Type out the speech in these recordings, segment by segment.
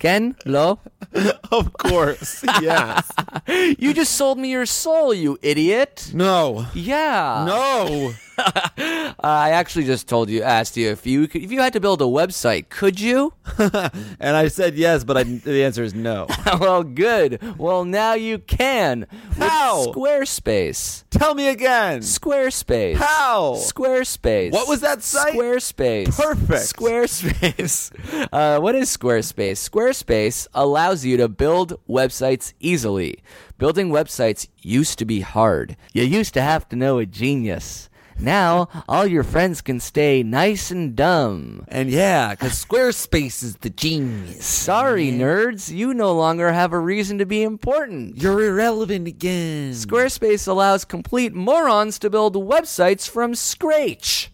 כן? לא? Of course. Yes. You just sold me your soul, you idiot! No. Yeah. No. I actually just told you, asked you if you could, if you had to build a website, could you? And I said yes, but I, the answer is no. well, good. Well, now you can. With How? Squarespace. Tell me again. Squarespace. How? Squarespace. What was that site? Squarespace. Perfect. Squarespace. Uh, what is Squarespace? Squarespace allows you to build websites easily. Building websites used to be hard. You used to have to know a genius. Now, all your friends can stay nice and dumb. And yeah, because Squarespace is the genius. Sorry, nerds, you no longer have a reason to be important. You're irrelevant again. Squarespace allows complete morons to build websites from scratch.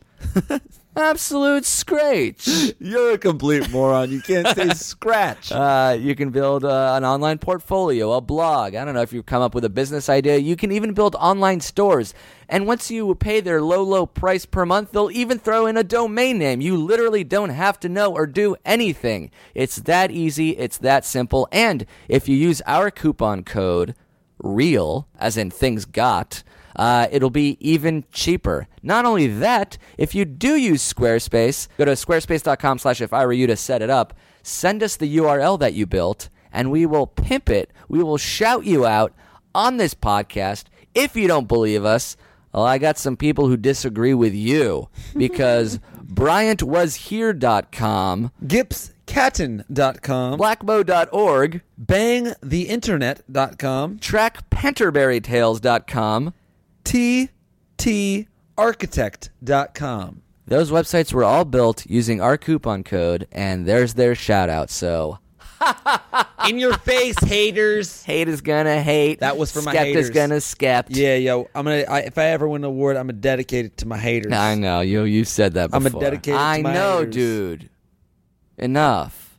Absolute scratch. You're a complete moron. You can't say scratch. Uh, you can build uh, an online portfolio, a blog. I don't know if you've come up with a business idea. You can even build online stores. And once you pay their low, low price per month, they'll even throw in a domain name. You literally don't have to know or do anything. It's that easy. It's that simple. And if you use our coupon code, real, as in things got, uh, it'll be even cheaper. Not only that, if you do use Squarespace, go to squarespace.com slash if I were you to set it up, send us the URL that you built, and we will pimp it. We will shout you out on this podcast. If you don't believe us, well, I got some people who disagree with you because BryantWasHere.com, Gipscatten.com. BlackBow.org, BangTheInternet.com. TrackPenterberryTales.com, TTArchitect.com. Those websites were all built using our coupon code, and there's their shout out. So In your face, haters. hate is gonna hate. That was for my skept haters. is gonna skept. Yeah, yo, I'm gonna. I, if I ever win an award, I'm gonna dedicate it to my haters. I know you. You said that I'm a before. dedicated to I my know, haters. dude. Enough.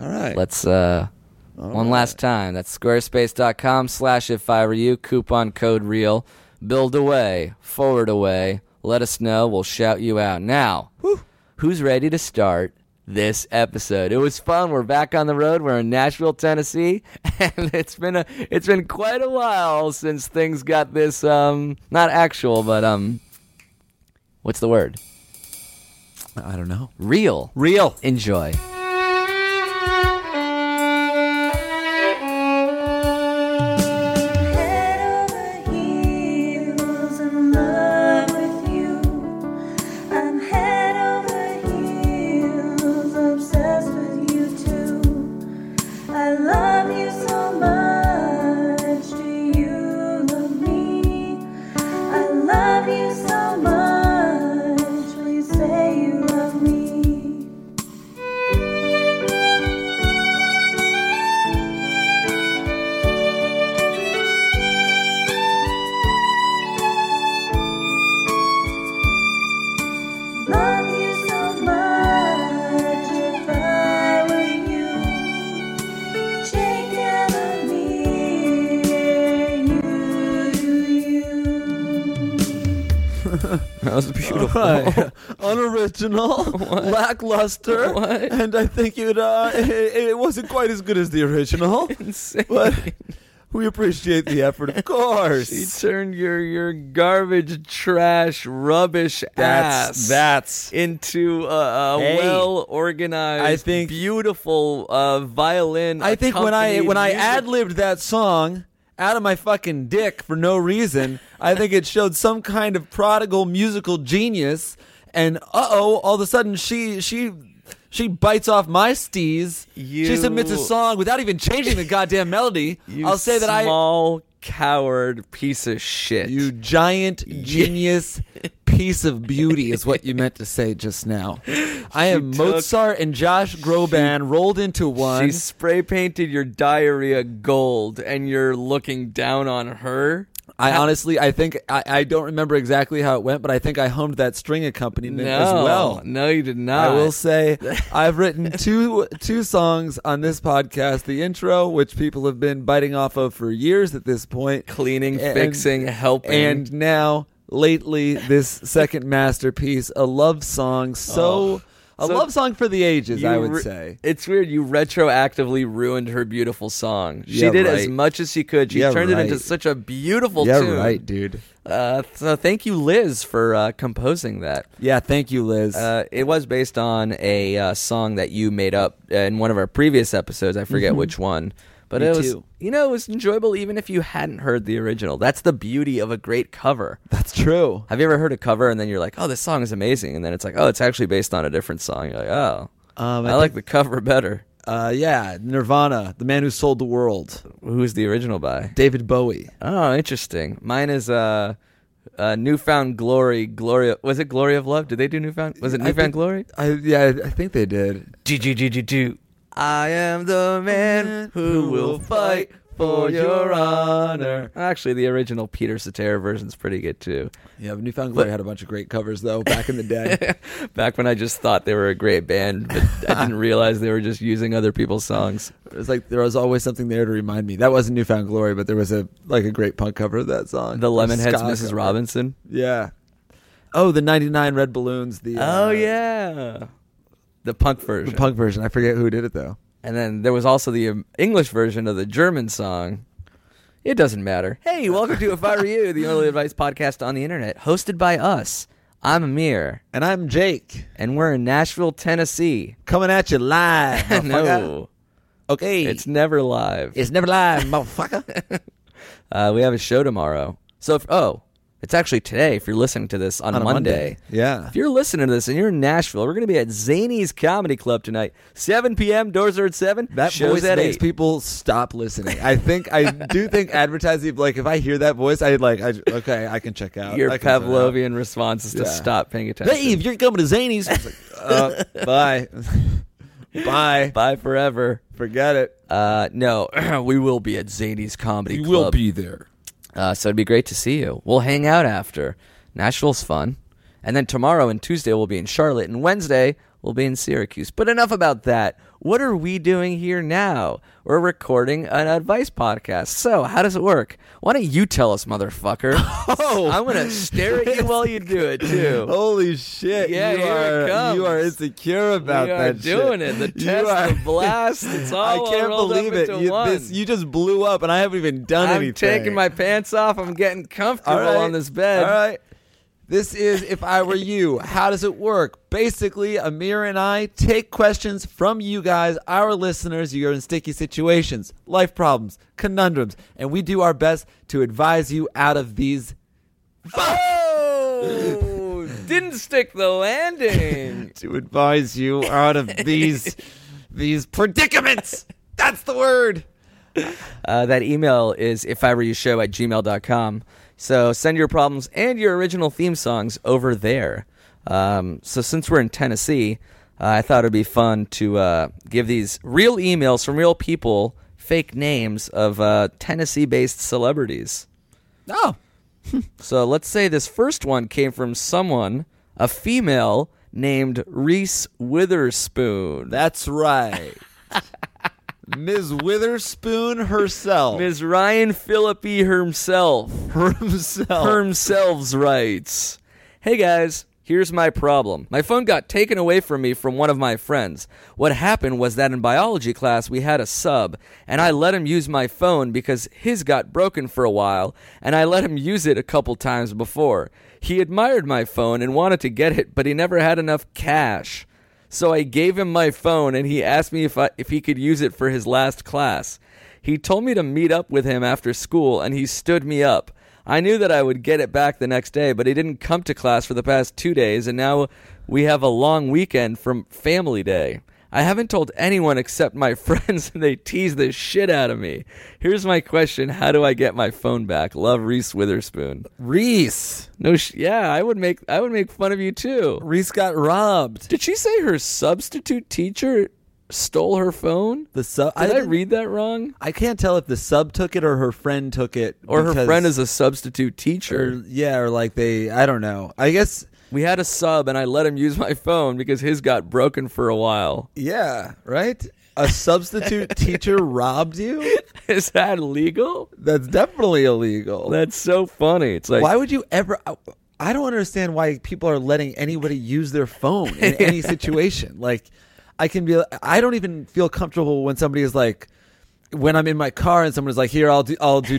All right. Let's uh, one last time. That's squarespace.com/slash if I were you. Coupon code real. Build away. Forward away. Let us know. We'll shout you out now. Who's ready to start this episode? It was fun. We're back on the road. We're in Nashville, Tennessee, and it's been a it's been quite a while since things got this um not actual but um what's the word I don't know. real Real. enjoy. Head over heels in love with you. I'm head over heels obsessed with you too. I love you so much. Do you love me? I love you so much. Please say you love me. Love you so much if I were you. Take care of me, you do you. That was beautiful. Right. Unoriginal, lackluster, and I think it, uh, it it wasn't quite as good as the original. But We appreciate the effort, of She course. turned your your garbage, trash, rubbish That's ass that's into a, a Hey. well organized, I think- beautiful uh, violin. I think when I when I ad accompanied music- libbed that song out of my fucking dick for no reason, I think it showed some kind of prodigal musical genius. And uh oh, all of a sudden she she she bites off my steez. You- She submits a song without even changing the goddamn melody. you I'll say that I small coward piece of shit. you giant genius piece of beauty is what you meant to say just now. I am took- Mozart and Josh Groban rolled into one. she spray painted your diarrhea gold, and you're looking down on her. I honestly, I think I, I don't remember exactly how it went, but I think I hummed that string accompaniment no, as well. no, you did not. I will say I've written two two songs on this podcast. The intro, which people have been biting off of for years at this point, cleaning, and- fixing, helping, and now lately this second masterpiece, a love song. So a Oh. So love song for the ages, I you would re- say. It's weird. You retroactively ruined her beautiful song. She Yeah, did as right. much as she could. She Yeah, turned it into right. such a beautiful yeah, tune. right, dude. Uh, so thank you, Liz, for uh, composing that. Yeah, thank you, Liz. Uh, it was based on a uh, song that you made up in one of our previous episodes. I forget which one. But Mm-hmm. Me it was, too. you know, it was enjoyable even if you hadn't heard the original. That's the beauty of a great cover. That's true. Have you ever heard a cover and then you're like, oh, this song is amazing, and then it's like, oh, it's actually based on a different song. You're like, oh, Um, I, I like the cover better. Uh, yeah, Nirvana, the man who sold the world. Who's the original by? David Bowie. Oh, interesting. Mine is uh, uh, Newfound Glory. Glory was it Glory of Love? Did they do Newfound? Was it I Newfound think- Glory? I yeah, I think they did. I am the man who will fight for your honor. Actually, the original Peter Cetera version's pretty good too. Yeah, but Newfound Glory had a bunch of great covers though back in the day. Back when I just thought they were a great band, but I didn't realize they were just using other people's songs. it was like there was always something there to remind me. That wasn't Newfound Glory, but there was a like a great punk cover of that song. The Or Lemonheads, ska Mrs. cover. Robinson. Yeah. Oh, the '99 Red Balloons. The uh, Oh yeah, the punk version. the punk version. I forget who did it though. And then there was also the um, English version of the German song. It doesn't matter. Hey, welcome to If I Were You, the only advice podcast on the internet, hosted by us. I'm Amir, And I'm Jake and we're in Nashville, Tennessee. coming at you live. motherfucker. no, Okay. it's never live. it's never live, motherfucker. Uh, we have a show tomorrow. So, if, oh, it's actually today if you're listening to this on, On a Monday. Monday. Yeah. If you're listening to this and you're in Nashville, we're going to be at Zany's Comedy Club tonight, 7 p.m. Doors are at 7. That Shows voice at makes 8. people stop listening. I think I do think advertising. Like if I hear that voice, I like. I, okay, I can check out. Your I can check out. Pavlovian response is to Yeah. stop paying attention. Hey, if you're coming to Zany's, it's like, uh, bye, bye, Bye forever. forget it. Uh, no, we will be at Zany's Comedy Club. there. Uh, so it'd be great to see you. We'll hang out after. Nashville's fun. And then tomorrow and Tuesday we'll be in Charlotte, and Wednesday we'll be in Syracuse. But enough about that. What are we doing here now? We're recording an advice podcast. So how does it work? Why don't you tell us, motherfucker? Oh. I'm gonna stare at you while you do it too. Holy shit! Yeah, you here are it comes. you are insecure about we are that. doing shit. it. The You test, are- the blast. It's all I can't rolled believe up it. into You, one. this- you just blew up, and I haven't even done I'm anything. taking my pants off. I'm getting comfortable on this bed. All right. This is If I Were You. How does it work? Basically, Amir and I take questions from you guys, our listeners. You're in sticky situations, life problems, conundrums, and we do our best to advise you out of these. Oh, didn't stick the landing. To advise you out of these. these predicaments! That's the word! Uh, that email is if I were you show at gmail.com. So send your problems and your original theme songs over there. Um, so since we're in Tennessee, uh, I thought it'd be fun to uh, give these real emails from real people, fake names of uh, Tennessee based celebrities. Oh, So let's say this first one came from someone, a female named Reese Witherspoon. that's right. Ms. Witherspoon herself. Ms. Ryan Philippi herself. herself. Hermselves writes Hey guys, Here's my problem. My phone got taken away from me from one of my friends. What happened was that in biology class we had a sub, and I let him use my phone because his got broken for a while, and I let him use it a couple times before. He admired my phone and wanted to get it, but he never had enough cash. So I gave him my phone and he asked me if I, if he could use it for his last class. He told me to meet up with him after school and he stood me up. I knew that I would get it back the next day, but he didn't come to class for the past 2 days and now we have a long weekend from family day. I haven't told anyone except my friends and they tease the shit out of me. Here's my question, how do I get my phone back? Love Reese Witherspoon. Reese. No sh- yeah, I would make I would make fun of you too. Reese got robbed. Did she say her substitute teacher stole her phone? The sub. Did I, didn't- read that wrong? I can't tell if the sub took it or her friend took it, Or her because- friend is a substitute or, teacher. yeah, or like they. I don't know. I guess. We had a sub and I let him use my phone because his got broken for a while. Yeah. Right. A substitute teacher robbed you. Is that legal? That's definitely illegal. That's so funny. It's like why would you ever? I- I don't understand why people are letting anybody use their phone in any situation. Like, I can be. I don't even feel comfortable when somebody is like, when I'm in my car and someone's like, "Here, I'll do, I'll do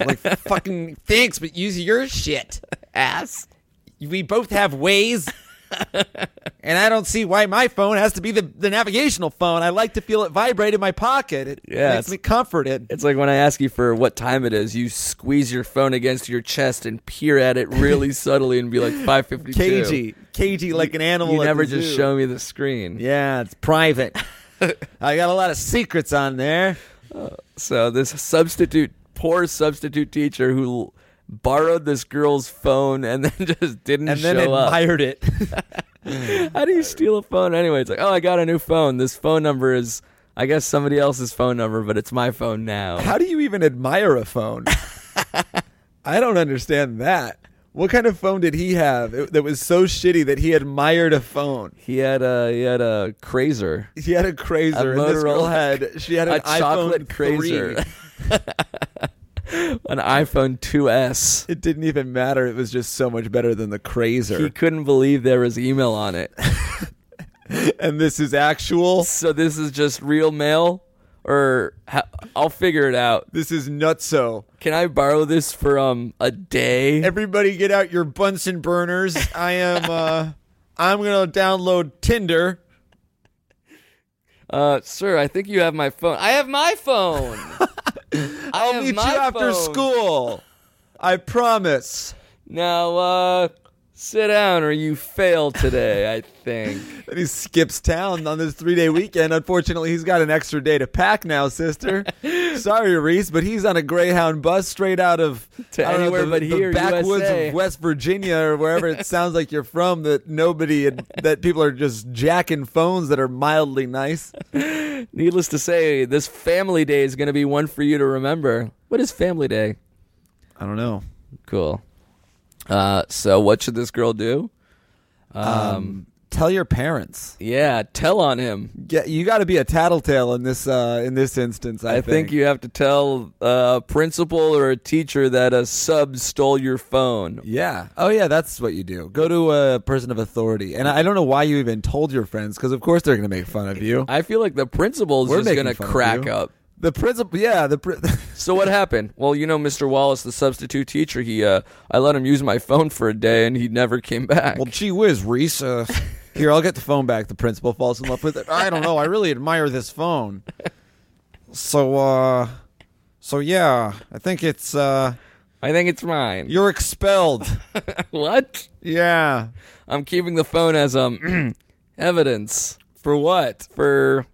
I'm like, fucking thanks, but use your shit, ass. We both have ways. and I don't see why my phone has to be the, the navigational phone. I like to feel it vibrate in my pocket. It Yeah, makes it's- me comforted. it's like when I ask you for what time it is, you squeeze your phone against your chest and peer at it really subtly and be like 5:52. cagey, cagey like an animal. You at never the just zoo. show me the screen. Yeah, it's private. I got a lot of secrets on there. So this substitute, poor substitute teacher who l- borrowed this girl's phone and then just didn't And then show up. admired it. How do you steal a phone anyway? It's like, oh, I got a new phone. This phone number is, I guess, somebody else's phone number, but it's my phone now. How do you even admire a phone? I don't understand that. What kind of phone did he have it- that was so shitty that he admired a phone? he had a he had a crazer. He had a A crazer. and this girl Motorola- had she had an a chocolate iPhone 3. crazer. An iPhone 2S. It didn't even matter. It was just so much better than the He crazer. couldn't believe there was email on it. and this is actual. so this is just real mail, or ha- I'll figure it out. This is nutso. Can I borrow this for um a day? Everybody get out your Bunsen burners. I am uh I'm going to download Tinder. Uh, sir, I think you have my phone. I have my phone. I'll Meet you after school. I promise. Now, uh, sit down or you fail today. I think. And he skips town on this 3-day weekend. Unfortunately, he's got an extra day to pack now, sister. Sorry, Reese, but he's on a Greyhound bus straight out of To I don't know, anywhere the- but the here, backwoods USA. of West Virginia or wherever it sounds like you're from that nobody that people are just jacking phones that are mildly nice. Needless to say, this Family Day is going to be one for you to remember. What is Family Day? I don't know. Cool. Uh, so what should this girl do? Um, Um, Tell your parents. Yeah, tell on him. Yeah, you got to be a tattletale in this uh, in this instance. I, I think you have to tell uh, a principal or a teacher that a sub stole your phone. Yeah. Oh, yeah. That's what you do. Go to a person of authority, and I don't know why you even told your friends because, of course, they're going to make fun of you. I feel like the principal's We're just making going to fun of crack you. up. The principal. Yeah. The. Pri- So what happened? Well, you know, Mr. Wallace, the substitute teacher, he uh, I let him use my phone for a day, and he never came back. well, gee whiz, Reese. Uh, here, I'll get the phone back. The principal falls in love with it. I don't know. I really admire this phone. So, uh, so yeah, I think it's uh, I think it's mine. you're expelled. what? Yeah. I'm keeping the phone as um evidence For what? for.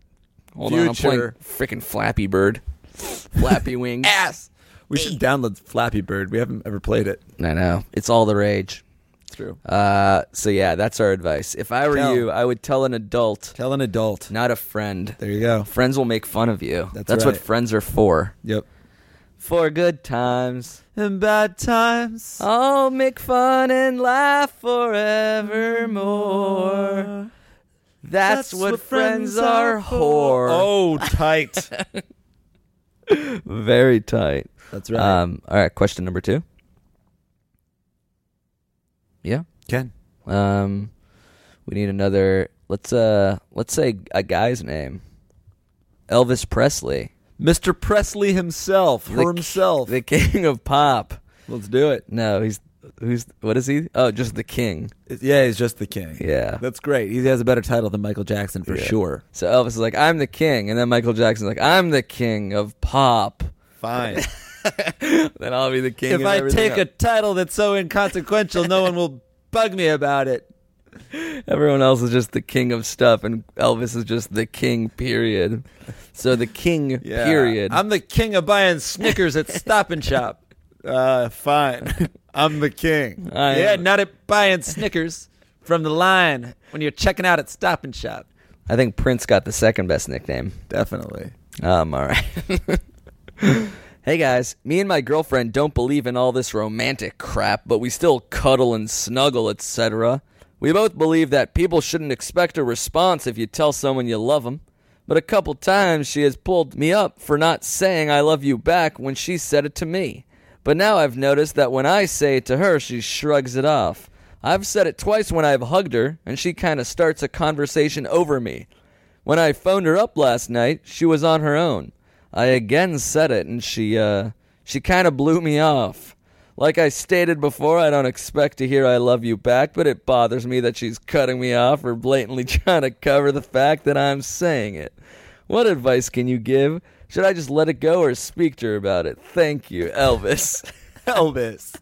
Hold on, I'm playing Future. freaking Flappy Bird, Flappy Wings. Ass. We should download Flappy Bird. We haven't ever played it. I know it's all the rage. True. Uh, so yeah, that's our advice. If I were Tell. you, I would tell an adult, Tell an adult. not a friend. There you go. Friends will make fun of you. That's that's what right. friends are for. Yep. For good times. And bad times. I'll make fun and laugh forevermore. That's, what, friends are for. Oh, tight. very tight. That's Um, all right, question number two. Yeah. Ken. Um, we need another. Let's uh, let's say a guy's name. Elvis Presley, Mr. Presley himself, The for k- himself. the king of pop. Let's do it. No, he's who's what is he? Oh, just the king. Yeah, he's just the king. Yeah. That's great. He has a better title than Michael Jackson for Yeah. sure. So Elvis is like, I'm the king, and then Michael Jackson's like, I'm the king of pop. Fine. Then I'll be the king. if of I everything take a else. title that's so inconsequential, no one will bug me about it. everyone else is just the king of stuff, and Elvis is just the king. Period. So the king. Period. I'm the king of buying Snickers at Stop and Shop. Uh, fine. I'm the king. I am- yeah, not at buying Snickers from the line when you're checking out at Stop and Shop. I think Prince got the second best nickname. Definitely. Um, all right. hey guys, me and my girlfriend don't believe in all this romantic crap, but we still cuddle and snuggle, etc. We both believe that people shouldn't expect a response if you tell someone you love them. But a couple times she has pulled me up for not saying I love you back when she said it to me. But now I've noticed that when I say it to her, she shrugs it off. I've said it twice when I've hugged her, and she kind of starts a conversation over me. When I phoned her up last night, she was on her own. I again said it, and she, uh, she kind of blew me off. Like I stated before, I don't expect to hear I love you back, but it bothers me that she's cutting me off or blatantly trying to cover the fact that I'm saying it. What advice can you give? Should I just let it go or speak to her about it? Thank you, Elvis. Elvis.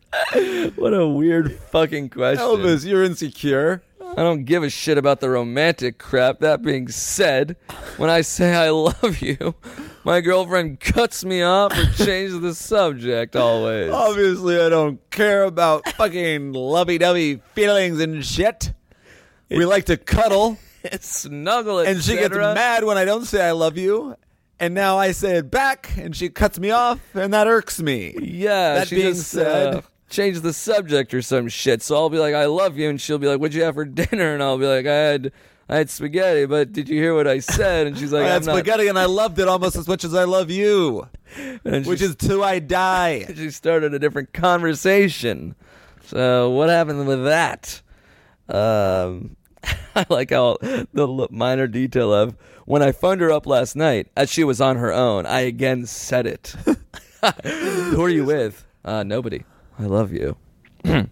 what a weird fucking question. Elvis, you're insecure. I don't give a shit about the romantic crap. That being said, when I say I love you, my girlfriend cuts me off or changes the subject always. Oh. Obviously, I don't care about fucking lovey dovey feelings and shit. We like to cuddle, Snuggle it. and she gets mad when I don't say I love you. And now I say it back, and she cuts me off, and that irks me. Yeah. That she being just, said- uh, changes the subject or some shit. So I'll be like, I love you, and she'll be like, What'd you have for dinner? And I'll be like, I had. I had spaghetti, but did you hear what I said? And she's like, I I'm had not. spaghetti, and I loved it almost as much as I love you, And she which is till I die. she started a different conversation. So what happened with that? Um, I like how the l- minor detail of when I phoned her up last night, as she was on her own, I again said it. Who are you with? Uh, nobody. I love you.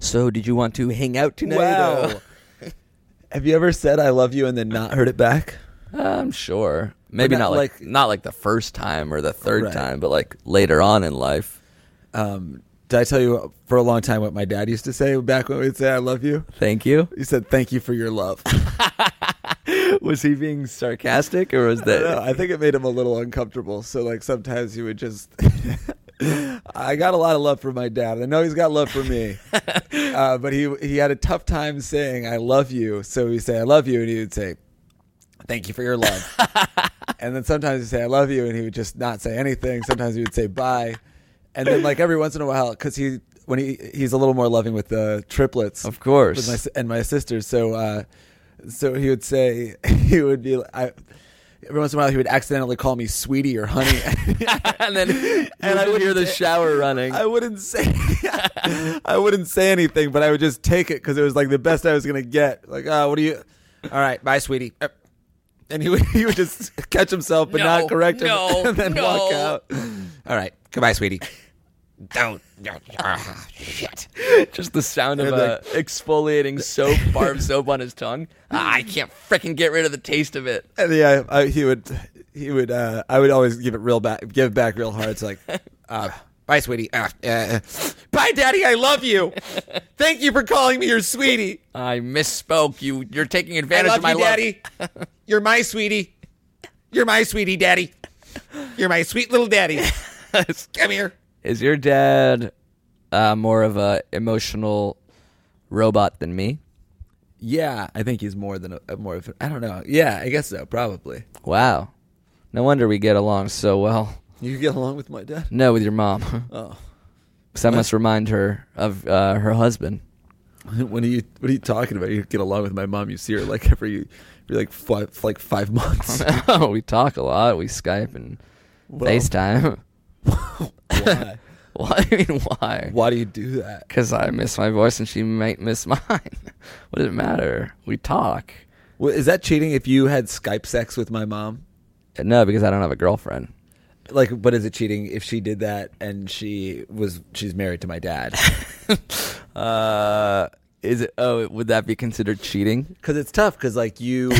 so did you want to hang out tonight? Wow. Have you ever said I love you and then not heard it back? I'm sure. Maybe not, not like, like- not like the first time or the third Right. time, but like later on in life. Um, did I tell you for a long time what my dad used to say back when we'd say I love you? Thank you. He said, "Thank you for your love." Was he being sarcastic or was that? I don't know. I think it made him a little uncomfortable. So like sometimes he would just. I got a lot of love for my dad. I know he's got love for me, uh, but he he had a tough time saying "I love you." So he'd say "I love you," and he would say, "Thank you for your love." and then sometimes he'd say "I love you," and he would just not say anything. Sometimes he would say "Bye," and then like every once in a while, because he when he he's a little more loving with the triplets, Of course. with my, s- and my sisters. So, uh, so he would say he would be. like- I, every once in a while, he would accidentally call me sweetie or honey, and then and I would would hear the shower running. I wouldn't say I wouldn't say anything, but I would just take it because it was like the best I was gonna get. Like, oh, what do you? All right, bye, sweetie. Uh, And he would he would just catch himself but No, not correct him, no, and then walk no. out. All right, goodbye, sweetie. Don't. Ah, shit. Just the sound of And uh, exfoliating soap, barb soap on his tongue. Ah, I can't freaking get rid of the taste of it. And yeah, I, he would he would uh, I would always give it real back, give back real hard. It's like, uh, bye, sweetie. Uh, uh, bye, daddy. I love you. Thank you for calling me your sweetie. I misspoke. You you're taking I advantage love of my you, love. daddy. You're my sweetie. You're my sweetie, daddy. You're my sweet little daddy. Come here. Is your dad uh, more of a emotional robot than me? Yeah, I think he's more than a, more of. I don't know. Yeah, I guess so. Probably. Wow. No wonder we get along so well. You get along with my dad. No, with your mom. Oh, Because I must remind her of uh, her husband. When are you what are you talking about? You get along with my mom. You see her like every, every like five like five months. we talk a lot. We Skype and FaceTime. Why? Why? I mean, why? Why do you do that? Because I miss my voice and she might miss mine. what does it matter? We talk. Well, is that cheating if you had Skype sex with my mom? No, because I don't have a girlfriend. Like, but is it cheating if she did that and she was she's married to my dad? Uh, is it? Oh, would that be considered cheating? Because it's tough. Because like you,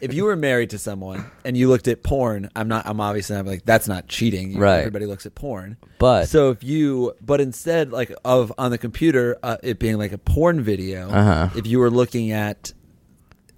if you were married to someone and you looked at porn, I'm not. I'm obviously not like that's not cheating. You- Right. Everybody looks at porn. But- so if you, but instead like of on the computer, uh, it being like a porn video. Uh-huh. If you were looking at,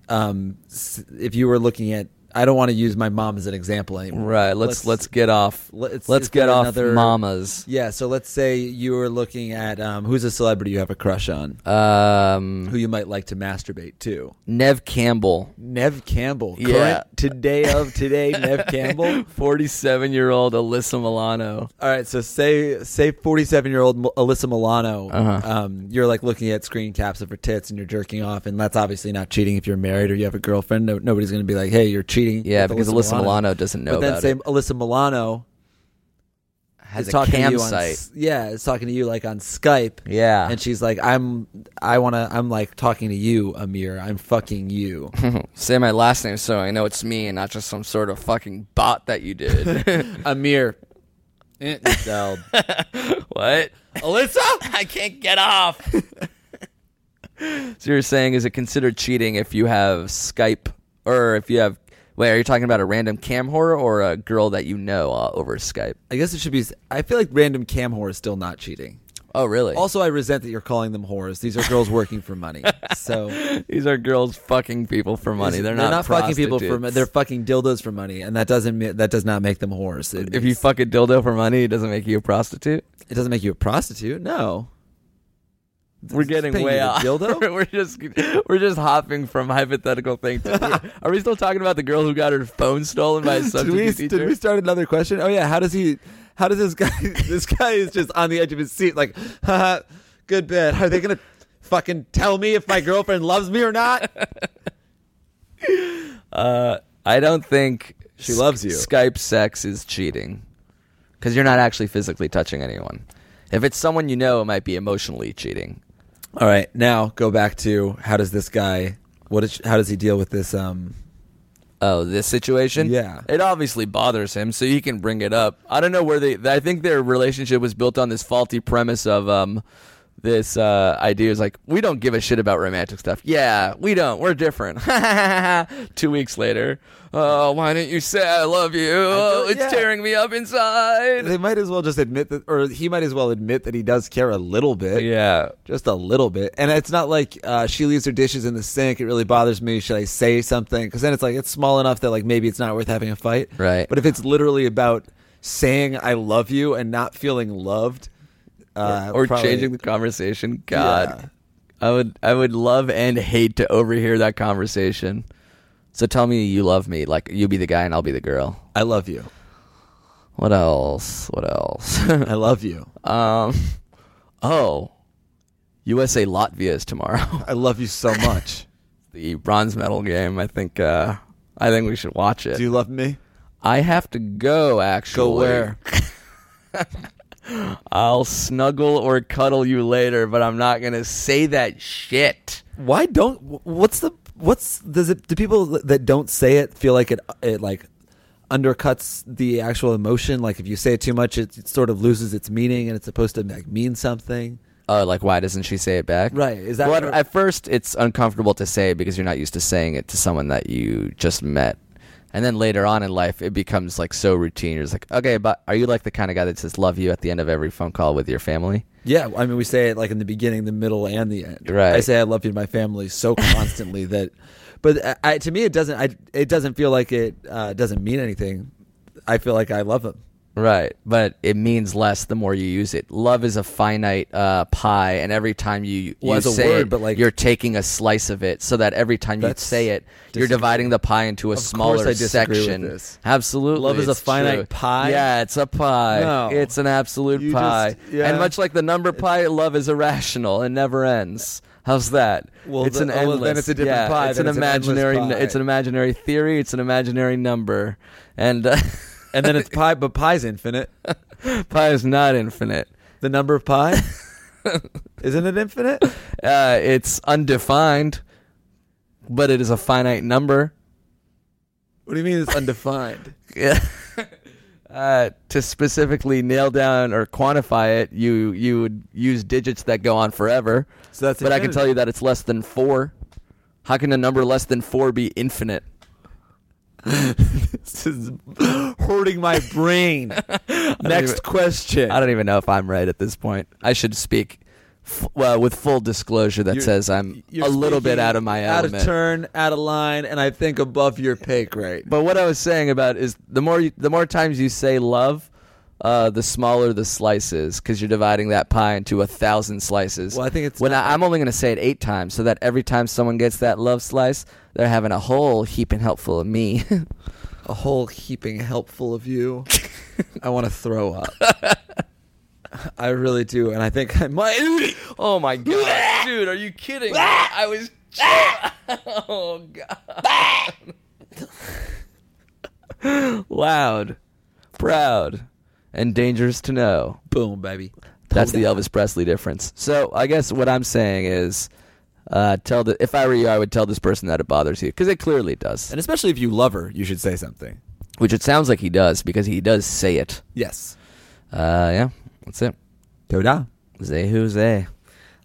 um, s- if you were looking at, I don't want to use my mom as an example anymore. Right. Let's let's, get off. let's- Let's, is get there off another- mamas. Yeah, so let's say you were looking at um, who's a celebrity you have a crush on, Uh-huh. Um, who you might like to masturbate to. Nev Campbell, Nev Campbell, Yeah. current today of today, Nev Campbell. forty-seven-year-old Alyssa Milano. All right, so say say forty-seven year old Alyssa Milano, Uh-huh. um, you're like looking at screen caps of her tits and you're jerking off, and that's obviously not cheating if you're married or you have a girlfriend. No, nobody's going to be like, hey, you're cheating. Yeah, with because Alyssa Milano doesn't know But then about say it. Alyssa Milano Has is a talking to you on campsite. s- yeah, is talking to you like on Skype. Yeah. and she's like, I'm, I want to, I'm like talking to you, Amir. I'm fucking you. Say my last name so I know it's me and not just some sort of fucking bot that you did. Amir. Eh, no. What? Alyssa? I can't get off. so you're saying is it considered cheating if you have Skype or if you have wait, are you talking about a random cam whore or a girl that you know uh, over Skype? I guess it should be. I feel like random cam whore is still not cheating. Oh really? Also, I resent that you're calling them whores. These are girls working for money. So These are girls fucking people for money. They're, not, fucking people for money. prostitutes. They're fucking dildos for money, and that doesn't ma- that does not make them whores. It, if you makes- fuck a dildo for money, it doesn't make you a prostitute. it doesn't make you a prostitute. No. We're getting paying way you to off. dildo? we're just we're just hopping from hypothetical thing to. are we still talking about the girl who got her phone stolen by a Did substitute we, teacher? did we start another question? Oh yeah, how does he? How does this guy? this guy is just on the edge of his seat, like, haha, good bit. Are they gonna fucking tell me if my girlfriend loves me or not? I don't think She loves you. Skype sex is cheating because you're not actually physically touching anyone. If it's someone you know, it might be emotionally cheating. All right, now go back to how does this guy? What is? How does he deal with this? Um, Oh, this situation? Yeah. It obviously bothers him, so he can bring it up. I don't know where they. I think their relationship was built on this faulty premise of um, this uh, idea is like, we don't give a shit about romantic stuff. Yeah, we don't. We're different. Two weeks later, oh, why didn't you say I love you? Oh, it's yeah. tearing me up inside. they might as well just admit that, or he might as well admit that he does care a little bit. Yeah. Just a little bit. And it's not like uh, she leaves her dishes in the sink. It really bothers me. Should I say something? Because then it's like, it's small enough that like maybe it's not worth having a fight. Right. But if it's literally about saying I love you and not feeling loved, uh, or probably- changing the conversation. God, I would I would love and hate to overhear that conversation. So tell me you love me, like you be the guy and I'll be the girl. I love you. What else? What else? I love you. um, oh, USA Latvia is tomorrow. I love you so much. the bronze medal game. I think uh, I think we should watch it. Do you love me? I have to go. Actually, Go where? I'll snuggle or cuddle you later, but I'm not gonna say that shit. Why don't? wh- What's the? What's does it? Do people that don't say it feel like it? It like undercuts the actual emotion. Like if you say it too much, it, it sort of loses its meaning, and it's supposed to like mean something. Oh, like why doesn't she say it back? Right, is that well, what- at, at first it's uncomfortable to say because you're not used to saying it to someone that you just met, and then later on in life it becomes like so routine. You're just like, okay, but are you like the kind of guy that says "love you" at the end of every phone call with your family? Yeah, I mean, we say it like in the beginning, the middle, and the end. Right. I say I love you to my family so constantly that, but I- I, to me, it doesn't. I it doesn't feel like it uh, doesn't mean anything. I feel like I love them. Right, but it means less the more you use it. Love is a finite uh, pie, and every time you, Well, you as a say word, it, but, like- you're taking a slice of it, so that every time you That's say it, you're disagree. dividing the pie into a course smaller I disagree with section. this. Absolutely, Love is a it's finite true. pie? Yeah, it's a pie. No. It's an absolute You pie, just- yeah. and much like the number pie, love is irrational and never ends. How's that? Well, it's the- an oh, well, endless. then it's a different yeah, pie, It's then an it's an endless imaginary. pie. It's an imaginary theory. It's an imaginary number, and. Uh, And then it's pie, but pie's infinite. Pie is not infinite. The number of pi? Isn't it infinite? Uh, it's undefined, but it is a finite number. What do you mean it's undefined? uh, to specifically nail down or quantify it, you you would use digits that go on forever. So that's but I can infinity. tell you that it's less than four. How can a number less than four be infinite? This is hurting my brain. Next even- question. I don't even know if I'm right at this point. I should speak f- well, with full disclosure that You're- says I'm you're a little bit speaking out of my element. Out of turn, out of line, and I think above your pay grade. But what I was saying about is the more you, the more times you say love, uh, the smaller the slice is because you're dividing that pie into a thousand slices. Well, I think it's when not- I, I'm only going to say it eight times, so that every time someone gets that love slice, they're having a whole heaping helpful of me. a whole heaping helpful of you. I want to throw up. I really do, and I think I might. oh my god, dude, are you kidding? me? I was. oh god. Loud, proud, and dangerous to know. Boom, baby. That's the Elvis Presley difference. So I guess what I'm saying is, uh, tell the if I were you, I would tell this person that it bothers you because it clearly does, And especially if you love her, you should say something. which it sounds like he does because he does say it. Yes. Uh, yeah, that's it. Toda. Zay who's they?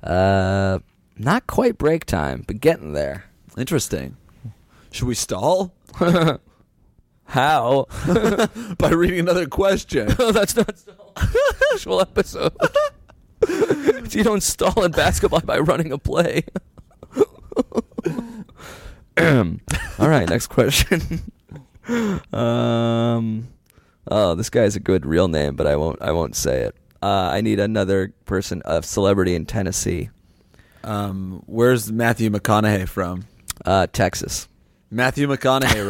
Uh, not quite break time, but getting there. Interesting. Should we stall How? by reading another question? that's not stall. actual episode. you don't stall in basketball by running a play. All right, next question. um, oh, this guy's a good real name, but I won't. I won't say it. Uh, I need another person, a celebrity in Tennessee, Um, where's Matthew McConaughey from? uh, Texas. Matthew McConaughey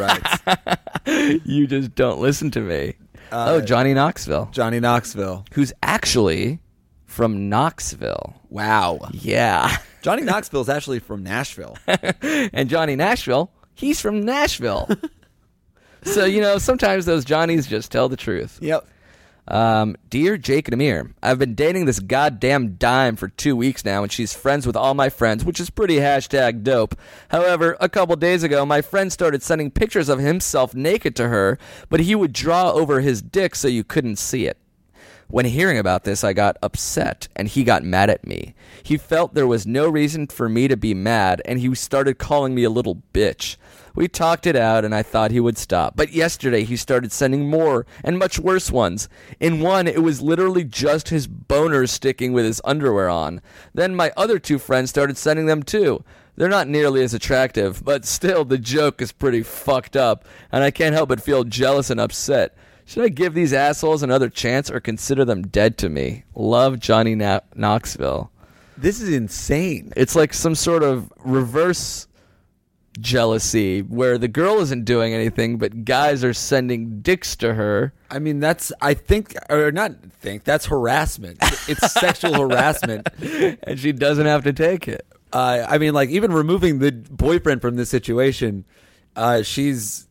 writes You just don't listen to me. oh, Johnny Knoxville, Johnny Knoxville. who's actually from Knoxville. Wow. Yeah. Johnny Knoxville's actually from Nashville. and Johnny Nashville, he's from Nashville. so, you know, sometimes those Johnnies just tell the truth. yep. Um, Dear Jake and Amir, I've been dating this goddamn dime for two weeks now, and she's friends with all my friends, which is pretty hashtag dope. However, a couple days ago, my friend started sending pictures of himself naked to her, but he would draw over his dick so you couldn't see it. When hearing about this, I got upset and he got mad at me. He felt there was no reason for me to be mad and he started calling me a little bitch. We talked it out and I thought he would stop. But yesterday he started sending more and much worse ones. In one, it was literally just his boner sticking with his underwear on. Then my other two friends started sending them too. They're not nearly as attractive, but still the joke is pretty fucked up and I can't help but feel jealous and upset. Should I give these assholes another chance or consider them dead to me? Love Johnny Na- Knoxville. This is insane. It's like some sort of reverse jealousy where the girl isn't doing anything, but guys are sending dicks to her. I mean, that's I think or not think that's harassment. It's sexual harassment. And she doesn't have to take it. Uh, I mean, like even removing the boyfriend from this situation, uh, she's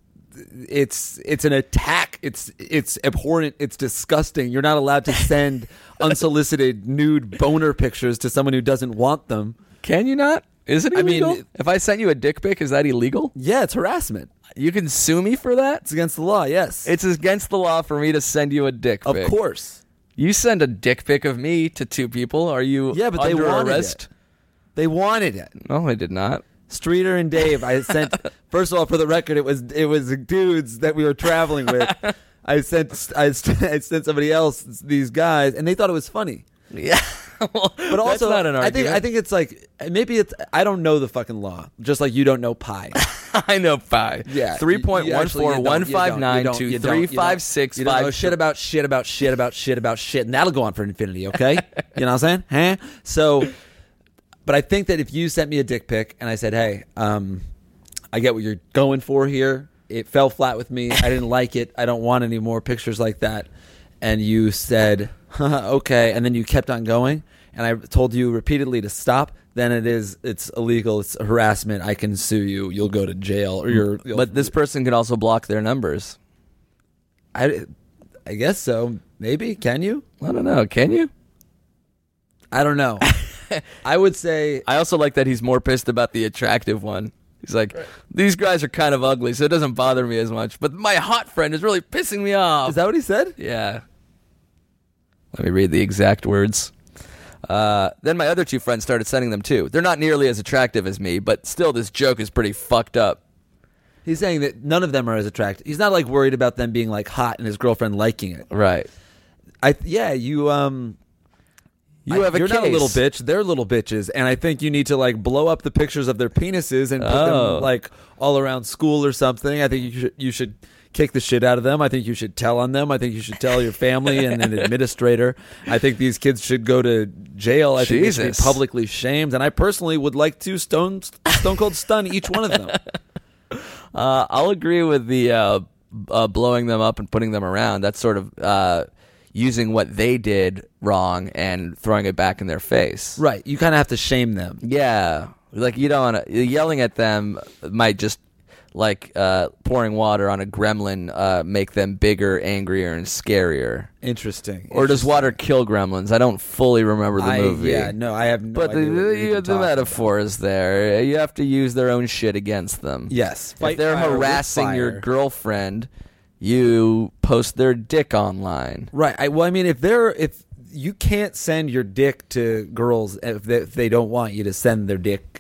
it's it's an attack. It's it's abhorrent. It's disgusting. You're not allowed to send unsolicited nude boner pictures to someone who doesn't want them. Can you not? Is it I mean, illegal? if I sent you a dick pic, is that illegal? Yeah, it's harassment. You can sue me for that? It's against the law. Yes, It's against the law for me to send you a dick of pic. course You send a dick pic of me to two people. Are you Yeah, but they under wanted arrest? they wanted it. No, I did not. Streeter and Dave. I sent first of all for the record, it was it was dudes that we were traveling with. I sent I, s- I sent somebody else these guys, and they thought it was funny. Yeah. well, But also, that's not an I think argument. I think it's like maybe it's I don't know the fucking law, just like you don't know pi. I know pi. Yeah, Three You- point you one actually- you four don't- one you don't- five nine you don't- two you don't- three you don't- five six You don't know five. shit about shit about shit about shit about shit, and that'll go on for infinity. Okay, you know what I'm saying? Huh? So, but I think that if you sent me a dick pic and I said, "Hey, um, I get what you're going for here. It fell flat with me. I didn't like it. I don't want any more pictures like that. And you said, okay. And then you kept on going. And I told you repeatedly to stop. Then it is, it's illegal. It's harassment. I can sue you. You'll go to jail or you're, you'll- But this person could also block their numbers. I, I guess so. Maybe. Can you? I don't know. Can you? I don't know. I would say I also like that he's more pissed about the attractive one. He's like, these guys are kind of ugly, so it doesn't bother me as much. But my hot friend is really pissing me off. Is that what he said? Yeah. Let me read the exact words. Uh, then my other two friends started sending them too. They're not nearly as attractive as me, but still, this joke is pretty fucked up. He's saying that none of them are as attractive. He's not like worried about them being like hot and his girlfriend liking it. Right. I yeah, you um You I- have a you're not a case. little bitch. They're little bitches, and I think you need to like blow up the pictures of their penises and put Oh. them like all around school or something. I think you should you should kick the shit out of them. I think you should tell on them. I think you should tell your family and an administrator. I think these kids should go to jail. I think they should Jesus. be publicly shamed. And I personally would like to stone stone cold stun each one of them. Uh, I'll agree with the uh, b- uh, blowing them up and putting them around. That's sort of uh, using what they did wrong and throwing it back in their face. right, you kind of have to shame them. Yeah, like you don't want to yelling at them might just like uh, pouring water on a gremlin uh, make them bigger, angrier, and scarier. Interesting. Or does water kill gremlins? I don't fully remember the I, movie. Yeah, no, I have no But the, idea. what you're the, even the talking metaphor is there. You have to use their own shit against them. Yes. if they're Fight fire with harassing your fire. girlfriend, you post their dick online. Right. I, well, I mean, if they're if you can't send your dick to girls if they, if they don't want you to send their dick.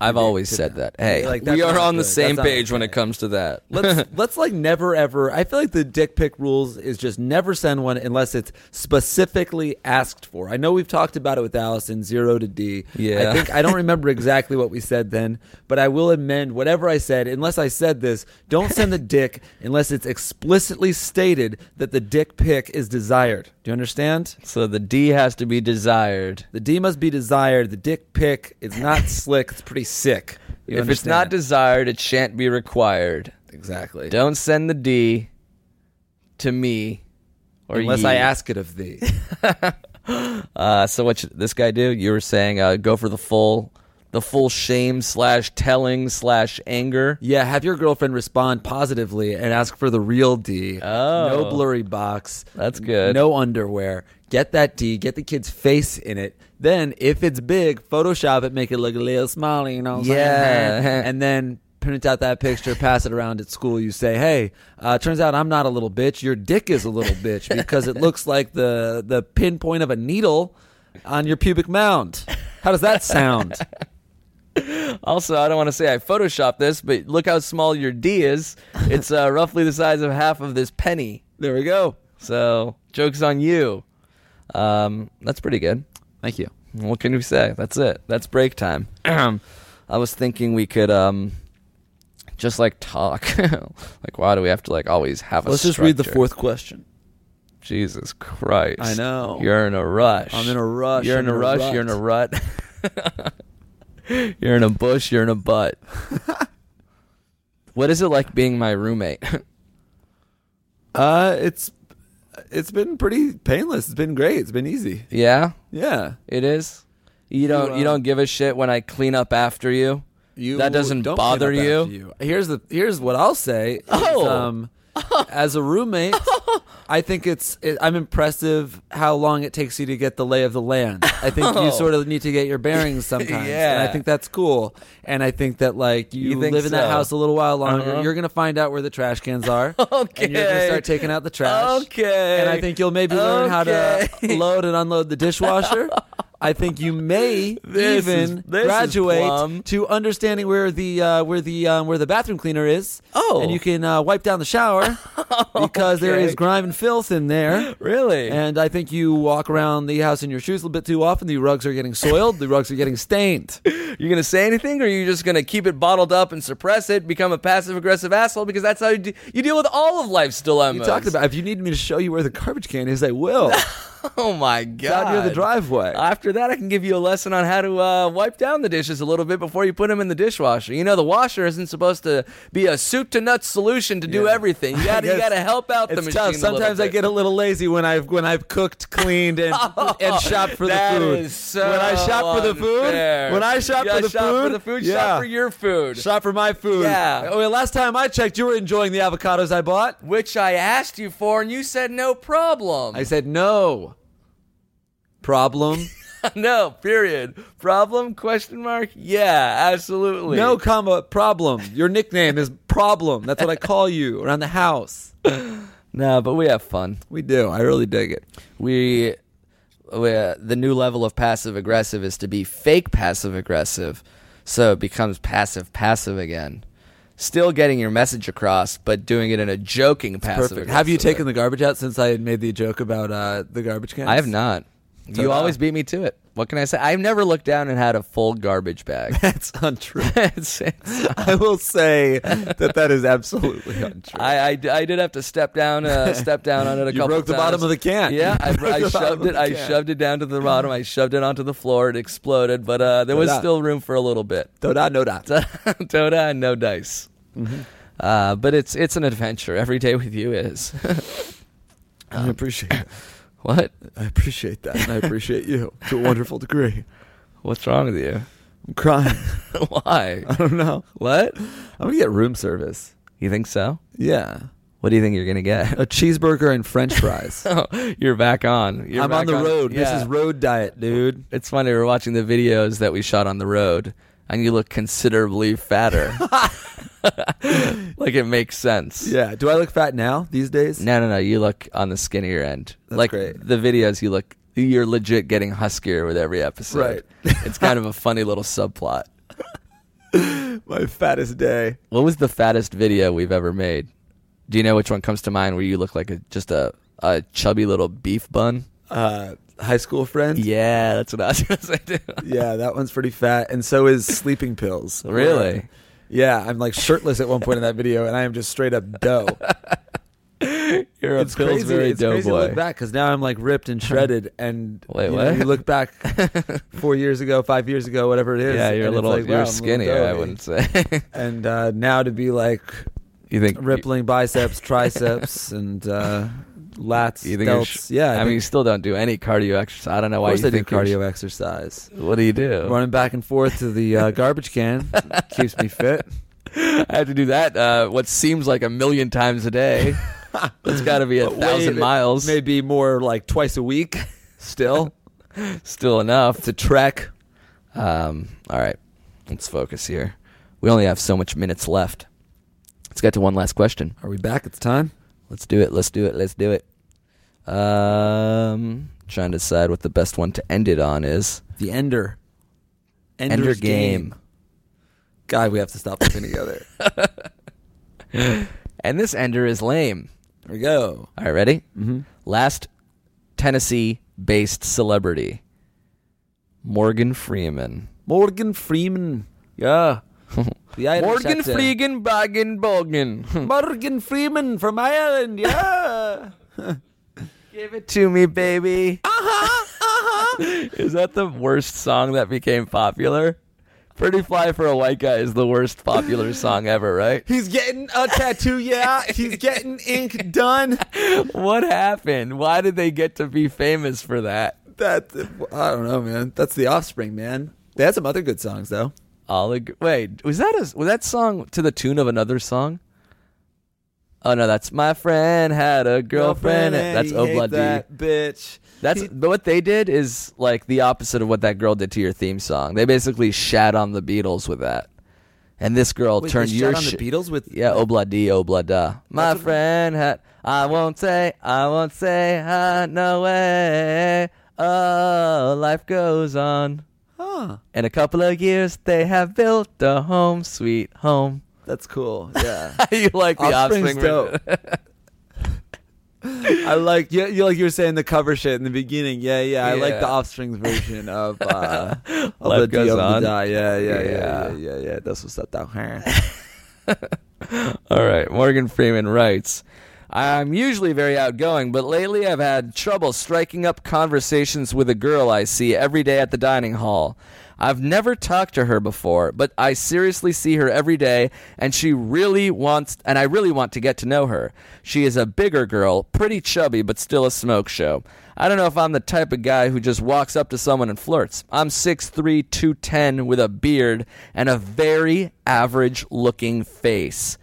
I've always to said them. that. Hey, Like, that's we are not on the good. same That's not page when it okay. comes to that. Let's let's like never ever. I feel like the dick pic rules is just never send one unless it's specifically asked for. I know we've talked about it with Allison zero to D. Yeah. I think I don't remember exactly what we said then, but I will amend whatever I said unless I said this. Don't send the dick unless it's explicitly stated that the dick pic is desired. Do you understand? so the D has to be desired. The D must be desired. The dick pic is not slick. It's pretty sick. You if it's not understand? desired, it shan't be required. exactly, Don't send the D to me or unless ye. I ask it of thee. Uh, so what should this guy do? You were saying uh, go for the full, the full shame slash telling slash anger. yeah, have your girlfriend respond positively and ask for the real D. Oh. no blurry box. That's good. No underwear. Get that D. Get the kid's face in it. Then, if it's big, Photoshop it, make it look a little smaller. You know, what I'm saying? Yeah. and then. Print out that picture, pass it around at school. You say, "Hey, uh, turns out I'm not a little bitch. Your dick is a little bitch because it looks like the the pinpoint of a needle on your pubic mound." How does that sound? Also, I don't want to say I photoshopped this, but look how small your D is. It's uh, roughly the size of half of this penny. there we go. So jokes on you. Um, that's pretty good. Thank you. What can we say? That's it. That's break time. I was thinking we could um, just like talk. like, why do we have to like always have a? Let's just read the structure? fourth question. Jesus Christ. I know. You're in a rush. I'm in a rush. You're I'm in a in a rush. rut. You're in a rut. you're in a bush. You're in a butt. what is it like being my roommate? Uh, it's it's been pretty painless. It's been great. It's been easy. yeah, Yeah. it is. You don't you uh, don't give a shit when I clean up after you. that doesn't don't bother clean you. up after Here's the here's what I'll say. is, Oh. um, as a roommate, I think it's it, I'm impressive how long it takes you to get the lay of the land. I think you sort of need to get your bearings sometimes. Oh. and Yeah. I think that's cool. And I think that like you, You think live in that so? Uh-huh. house a little while longer, you're gonna find out where the trash cans are. And you're gonna Okay. start taking out the trash. Okay. And I think you'll maybe learn how to Okay. load and unload the dishwasher. I think you may This is- even this is graduate plum. to understanding where the uh, where the um, where the bathroom cleaner is. Oh. and you can uh, wipe down the shower because there is grime and filth in there. Really? And I think you walk around the house in your shoes a little bit too often. The rugs are getting soiled. the rugs are getting stained. You're gonna say anything, or you are just gonna keep it bottled up and suppress it, become a passive aggressive asshole? Because that's how you, de- you deal with all of life's dilemmas. You talked about if you need me to show you where the garbage can is, I will. Oh my god! out near the driveway. After that, I can give you a lesson on how to uh, wipe down the dishes a little bit before you put them in the dishwasher. You know, the washer isn't supposed to be a soup to nuts solution to do Yeah. everything. You gotta, you Yes. gotta help out the It's machine. tough. a little Sometimes I bit. get a little lazy when I've when I've cooked, cleaned, and and shopped for Oh, That the food. is so when I shop for the food, unfair. when I shop You gotta for the shop food, for the food, yeah. shop for your food. Shop for my food. Yeah. Oh, well, last time I checked, you were enjoying the avocados I bought. which I asked you for, and you said no problem. I said no. Problem. no, period. Problem? Question mark? Yeah, absolutely. No comma problem. Your nickname is problem. That's what I call you around the house. no, but we have fun. We do. I really dig it. We, we uh, the new level of passive aggressive is to be fake passive aggressive, so it becomes passive passive again. Still getting your message across, but doing it in a joking passive. Perfect. Have you aggressive taken the garbage out since I had made the joke about uh, the garbage can? I have not. you have I. always beat me to it. What can I say? I've never looked down and had a full garbage bag. That's untrue. It's- it's- I will say that that is absolutely untrue. I, I, I did have to step down, uh, step down on it a You couple. broke the bottom times. of the can. Yeah, I, You broke I the bottom shoved of it. the I can. shoved it down to the bottom. I shoved it onto the floor. It exploded, but uh, there was Ta-da. still room for a little bit. no dot, no dot. Toda and no dice. Mm-hmm. Uh, but it's it's an adventure. Every day with you is I appreciate it. what? I appreciate that, and I appreciate you to a wonderful degree. What's wrong with you? I'm crying. Why? I don't know. What? I'm gonna get room service. You think so? Yeah, What do you think you're gonna get? a cheeseburger and French fries. you're back on. You're I'm back on the road. Yeah. This is road diet, dude. It's funny. We're watching the videos that we shot on the road, and you look considerably fatter. like it makes sense. Yeah. Do I look fat now these days? No, no, no. You look on the skinnier end. like great. the videos, you look. You're legit getting huskier with every episode. Right. it's kind of a funny little subplot. My fattest day. What was the fattest video we've ever made? Do you know which one comes to mind where you look like a, just a, a chubby little beef bun? Uh, high school friends. Yeah, that's what I was going to say. dude. Yeah, that one's pretty fat, and so is sleeping pills. Really? Yeah, I'm like shirtless at one point in that video, and I am just straight up dough. You're a It's crazy. Pillsbury it's crazy to Doughboy. look back because now I'm like ripped and shredded. And Wait, you, know, what? you look back four years ago, five years ago, whatever it is. Yeah, you're a and it's little like, wow, I'm you're a little skinnier. I doughy. wouldn't say. And uh, now to be like you think rippling biceps, triceps, and uh, lats, You, you think you're delts. sh- yeah, I, mean, you think- still don't do any cardio exercise. I don't know of why course you I do think you're sh- cardio exercise. What do you do? Running back and forth to the uh, garbage can keeps me fit. I have to do that. Uh, what seems like a million times a day. it's got to be a But thousand wait, miles. maybe more like twice a week. Still, Still enough. it's a trek. Um, all right, let's focus here. We only have so much minutes left. Let's get to one last question. Are we back? It's time. Let's do it. Let's do it. Let's do it. Um, trying to decide what the best one to end it on is. The Ender. End your game. God, we have to stop looking together. And this ender is lame. There we go. All right, ready? Mm-hmm. Last Tennessee based celebrity Morgan Freeman. Morgan Freeman. Yeah. The Irish Morgan actor. Freegan Baggin Hmm. Bogan. Morgan Freeman from Ireland. Yeah. Give it to me, baby. Uh-huh, Uh huh. Uh huh. is that the worst song that became popular? Pretty Fly for a White Guy is the worst popular song ever, right? He's getting a tattoo. Yeah. He's getting ink done. What happened? Why did they get to be famous for that? That I don't know, man. That's the Offspring, man. They had some other good songs though. All ag- wait, was that a, was that song to the tune of another song? Oh no, that's my friend had a girlfriend. and that's he Obla hate that bitch. That's He- but what they did is like the opposite of what that girl did to your theme song. They basically shat on the Beatles with that, and this girl Wait, they turned shat your on the shit- Beatles with- yeah, oh, obla di obla da. My friend had I won't say I won't say uh, no way. Oh, life goes on. Huh. In a couple of years, they have built a home, sweet home. That's cool. Yeah. you like the Offspring's offspring? dope. I like you, you. Like you were saying the cover shit in the beginning. Yeah, yeah. I like Yeah. the Offspring's version of, uh, of Life the D Goes of the On. Die. Yeah, yeah, yeah, Yeah. yeah, yeah, yeah. That's what's up down here. All right. Morgan Freeman writes I'm usually very outgoing, but lately I've had trouble striking up conversations with a girl I see every day at the dining hall. I've never talked to her before, but I seriously see her every day and she really wants and I really want to get to know her. She is a bigger girl, pretty chubby, but still a smoke show. I don't know if I'm the type of guy who just walks up to someone and flirts. I'm 6'3", 210 with a beard and a very average looking face.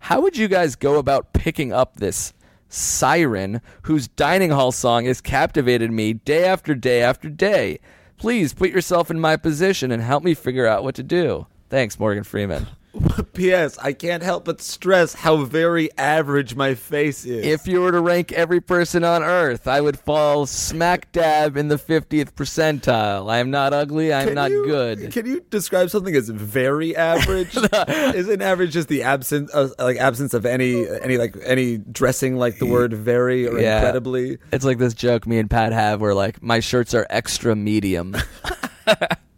How would you guys go about picking up this siren whose dining hall song has captivated me day after day after day? Please put yourself in my position and help me figure out what to do. Thanks, Morgan Freeman. P.S. I can't help but stress how very average my face is. If you were to rank every person on earth, I would fall smack dab in the 50th percentile. I am not ugly. I am Can not you- good. Can you describe something as very average? Isn't average just the absence, of, like absence of any, any like any dressing like the word very or Yeah. incredibly? It's like this joke me and Pat have where, like, my shirts are extra medium.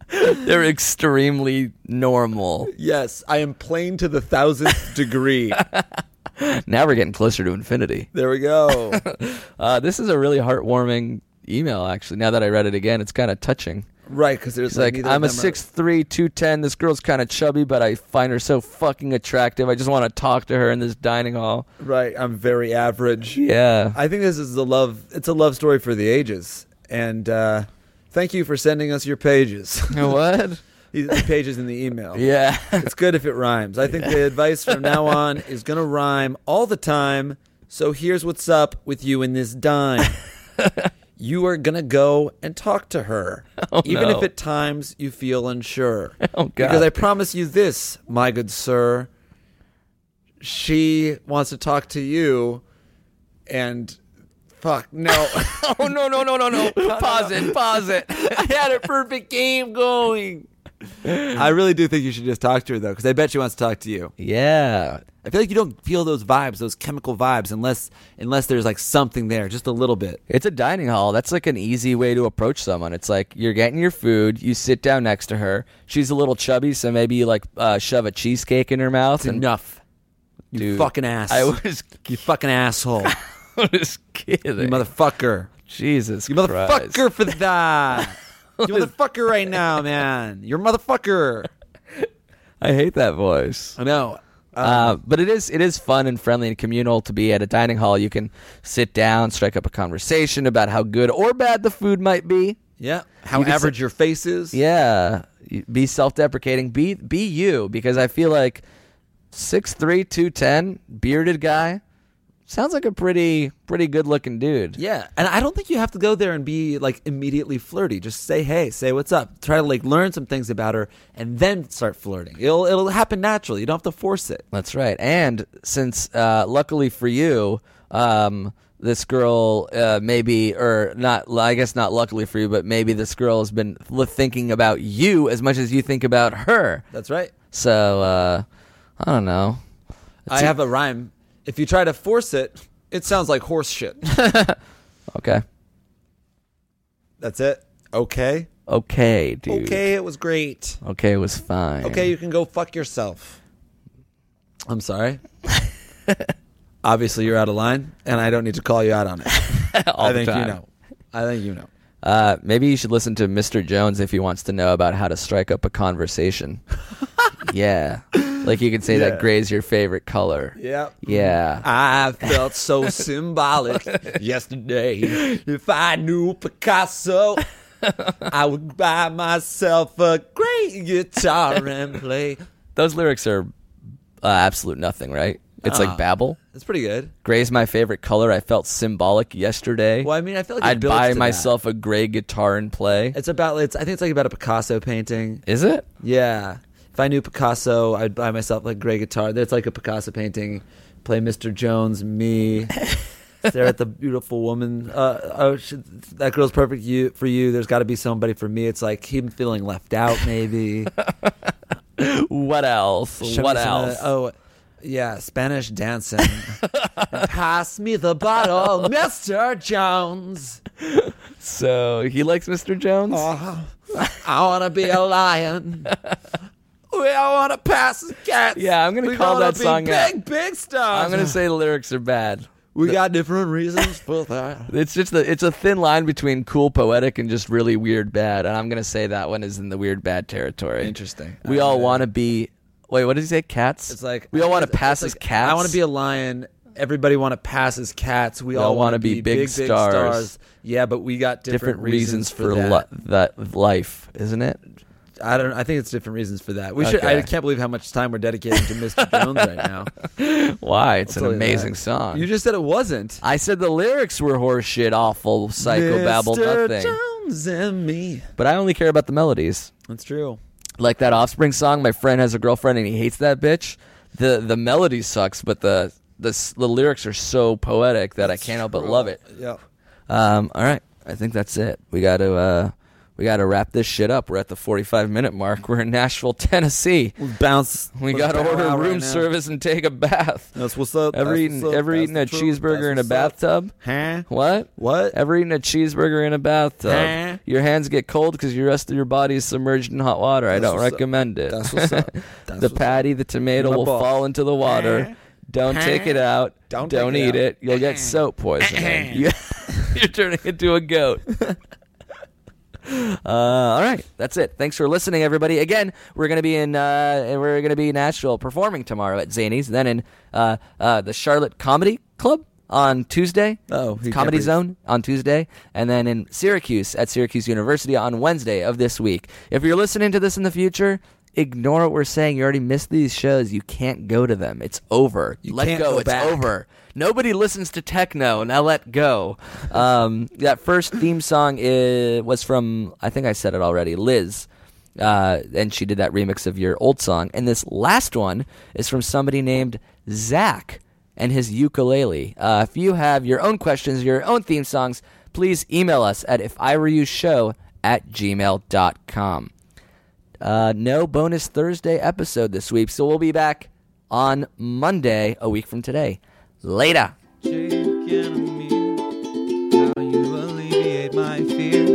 They're extremely normal. Yes, I am plain to the thousandth degree. Now we're getting closer to infinity. There we go. Uh, this is a really heartwarming email, actually. Now that I read it again, it's kind of touching. right, because there's It's like, neither of I'm a them are- 6'3, 210. This girl's kind of chubby, but I find her so fucking attractive. I just want to talk to her in this dining hall. Right, I'm very average. Yeah. I think this is a love. It's a love story for the ages. And uh, thank you for sending us your pages. what? These are the pages in the email. Yeah. It's good if it rhymes. I think the advice from now on is going to rhyme all the time. So here's what's up with you in this dime. you are going to go and talk to her, even Oh, no. if at times you feel unsure. Oh, God. Because I promise you this, my good sir. She wants to talk to you, and fuck, no. Oh no no no no no! Pause it! Pause it! I had a perfect game going. I really do think you should just talk to her, though, because I bet she wants to talk to you. Yeah, I feel like you don't feel those vibes, those chemical vibes, unless unless there's like something there, just a little bit. it's a dining hall. That's like an easy way to approach someone. It's like you're getting your food. You sit down next to her. She's a little chubby, so maybe you like uh, shove a cheesecake in her mouth. and Enough, you Dude, fucking ass. I was, you fucking asshole, I was kidding. you motherfucker, Jesus, you Christ. motherfucker for that. you motherfucker right now, man. You're a motherfucker. I hate that voice. I know. Uh, but it is it is fun and friendly and communal to be at a dining hall. You can sit down, strike up a conversation about how good or bad the food might be. Yeah, how You can average your face is. Yeah, be self-deprecating. Be be you because I feel like six three two ten bearded guy sounds like a pretty pretty good-looking dude. Yeah, and I don't think you have to go there and be like immediately flirty. Just say hey, say what's up. Try to like learn some things about her, and then start flirting. It'll it'll happen naturally. You don't have to force it. That's right. And since uh, luckily for you, um, this girl uh, maybe or not, I guess not luckily for you, but maybe this girl has been l- thinking about you as much as you think about her. That's right. So uh, I don't know. I have a rhyme. If you try to force it, it sounds like horse shit. Okay, That's it. Okay. okay, dude. Okay, it was great. okay, it was fine. Okay, you can go fuck yourself. I'm sorry. Obviously, you're out of line, and I don't need to call you out on it. All I the think you time. know. I think you know. Uh, maybe you should listen to Mr. Jones if he wants to know about how to strike up a conversation. yeah. Like you could say Yeah. that gray's your favorite color. Yep. Yeah. I felt so symbolic yesterday. If I knew Picasso, I would buy myself a great guitar and play. Those lyrics are uh, absolute nothing, right? It's Uh-huh. like Babel. That's pretty good. Gray's my favorite color. I felt symbolic yesterday. Well, I mean, I feel like it I'd builds to buy that. myself a gray guitar and play. It's about it's. I think it's like about a Picasso painting. Is it? Yeah. If I knew Picasso, I'd buy myself like gray guitar. That's like a Picasso painting. Play Mr. Jones, me. Stare at the beautiful woman. Uh, oh, sh that girl's perfect you, for you. There's got to be somebody for me. It's like him feeling left out, maybe. What else? Show me what some of else? the- oh, yeah, Spanish dancing. Pass me the bottle, Mr. Jones. So he likes Mr. Jones? Oh, I want to be a lion. we all want to pass as cats. Yeah, I'm gonna We call wanna that be song out. Big, big stars. I'm going to say the lyrics are bad. we got different reasons for that. It's just the, it's a thin line between cool poetic and just really weird bad, and I'm gonna say that one is in the weird bad territory. Interesting. We all want to be. Wait, what did he say? Cats. It's like we all want to it's- pass it's as like, cats. I want to be a lion. Everybody want to pass as cats. We, all all want wanna to be big stars. Yeah, but we got different, different reasons, for that. lo- that life, isn't it? I don't. I think it's different reasons for that. We should. Okay. I can't believe how much time we're dedicating to Mr. Jones right now. Why? It's Tell an you that. amazing song. You just said it wasn't. I said the lyrics were horseshit, awful, psychobabble, Mr. nothing. Jones. comes in me. But I only care about the melodies. That's true. Like that Offspring song, my friend has a girlfriend and he hates that bitch. The the melody sucks, but the the, s- the lyrics are so poetic that I can't help but love it. Yeah. Um, all right, I think that's it. We got to uh, we got to wrap this shit up. We're at the forty five minute mark. We're in Nashville, Tennessee. Bounce. We got to order room service and take a bath. That's what's up. Ever That's eating what's up. ever That's eating the a truth. cheeseburger in a That's what's up. bathtub? Huh? What? What? Ever eaten a cheeseburger in a bathtub? Huh? Your hands get cold because your rest of your body is submerged in hot water. I don't what's up. recommend it. That's what's up. That's the what's patty, the tomato My will balls. fall into the water. Huh? Don't take it out. Don't don't take it eat out. it. You'll get soap poisoning. You- You're turning into a goat. Uh, all right, that's it. Thanks for listening, everybody. Again, we're gonna be in uh, and we're gonna be in Nashville performing tomorrow at Zany's, then in uh, uh, the Charlotte Comedy Club on Tuesday. Oh, he can't Comedy breathe. Zone on Tuesday, and then in Syracuse at Syracuse University on Wednesday of this week. If you're listening to this in the future. Ignore what we're saying. You already missed these shows. You can't go to them. It's over. You let can't go. go it's back. over over. Nobody listens to techno. Now let go. Um, that first theme song i was from, I think I said it already, Liz. Uh, and she did that remix of your old song. And this last one is from somebody named Zach and his ukulele. Uh, if you have your own questions, your own theme songs, please email us at if I were you show at gmail.com. Uh, no bonus Thursday episode this week, so we'll be back on Monday, a week from today. Later. Jake and Amir, how you alleviate my fear.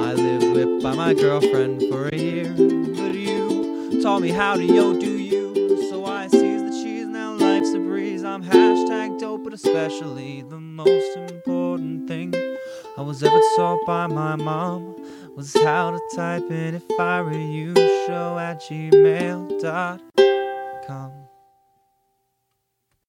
I lived with by my girlfriend for a year, but you taught me how to yo do you. So I seize the cheese, now life's a breeze. I'm hashtag dope, but especially the most important thing I was ever taught by my mom was how to type in if I were you show at gmail.com.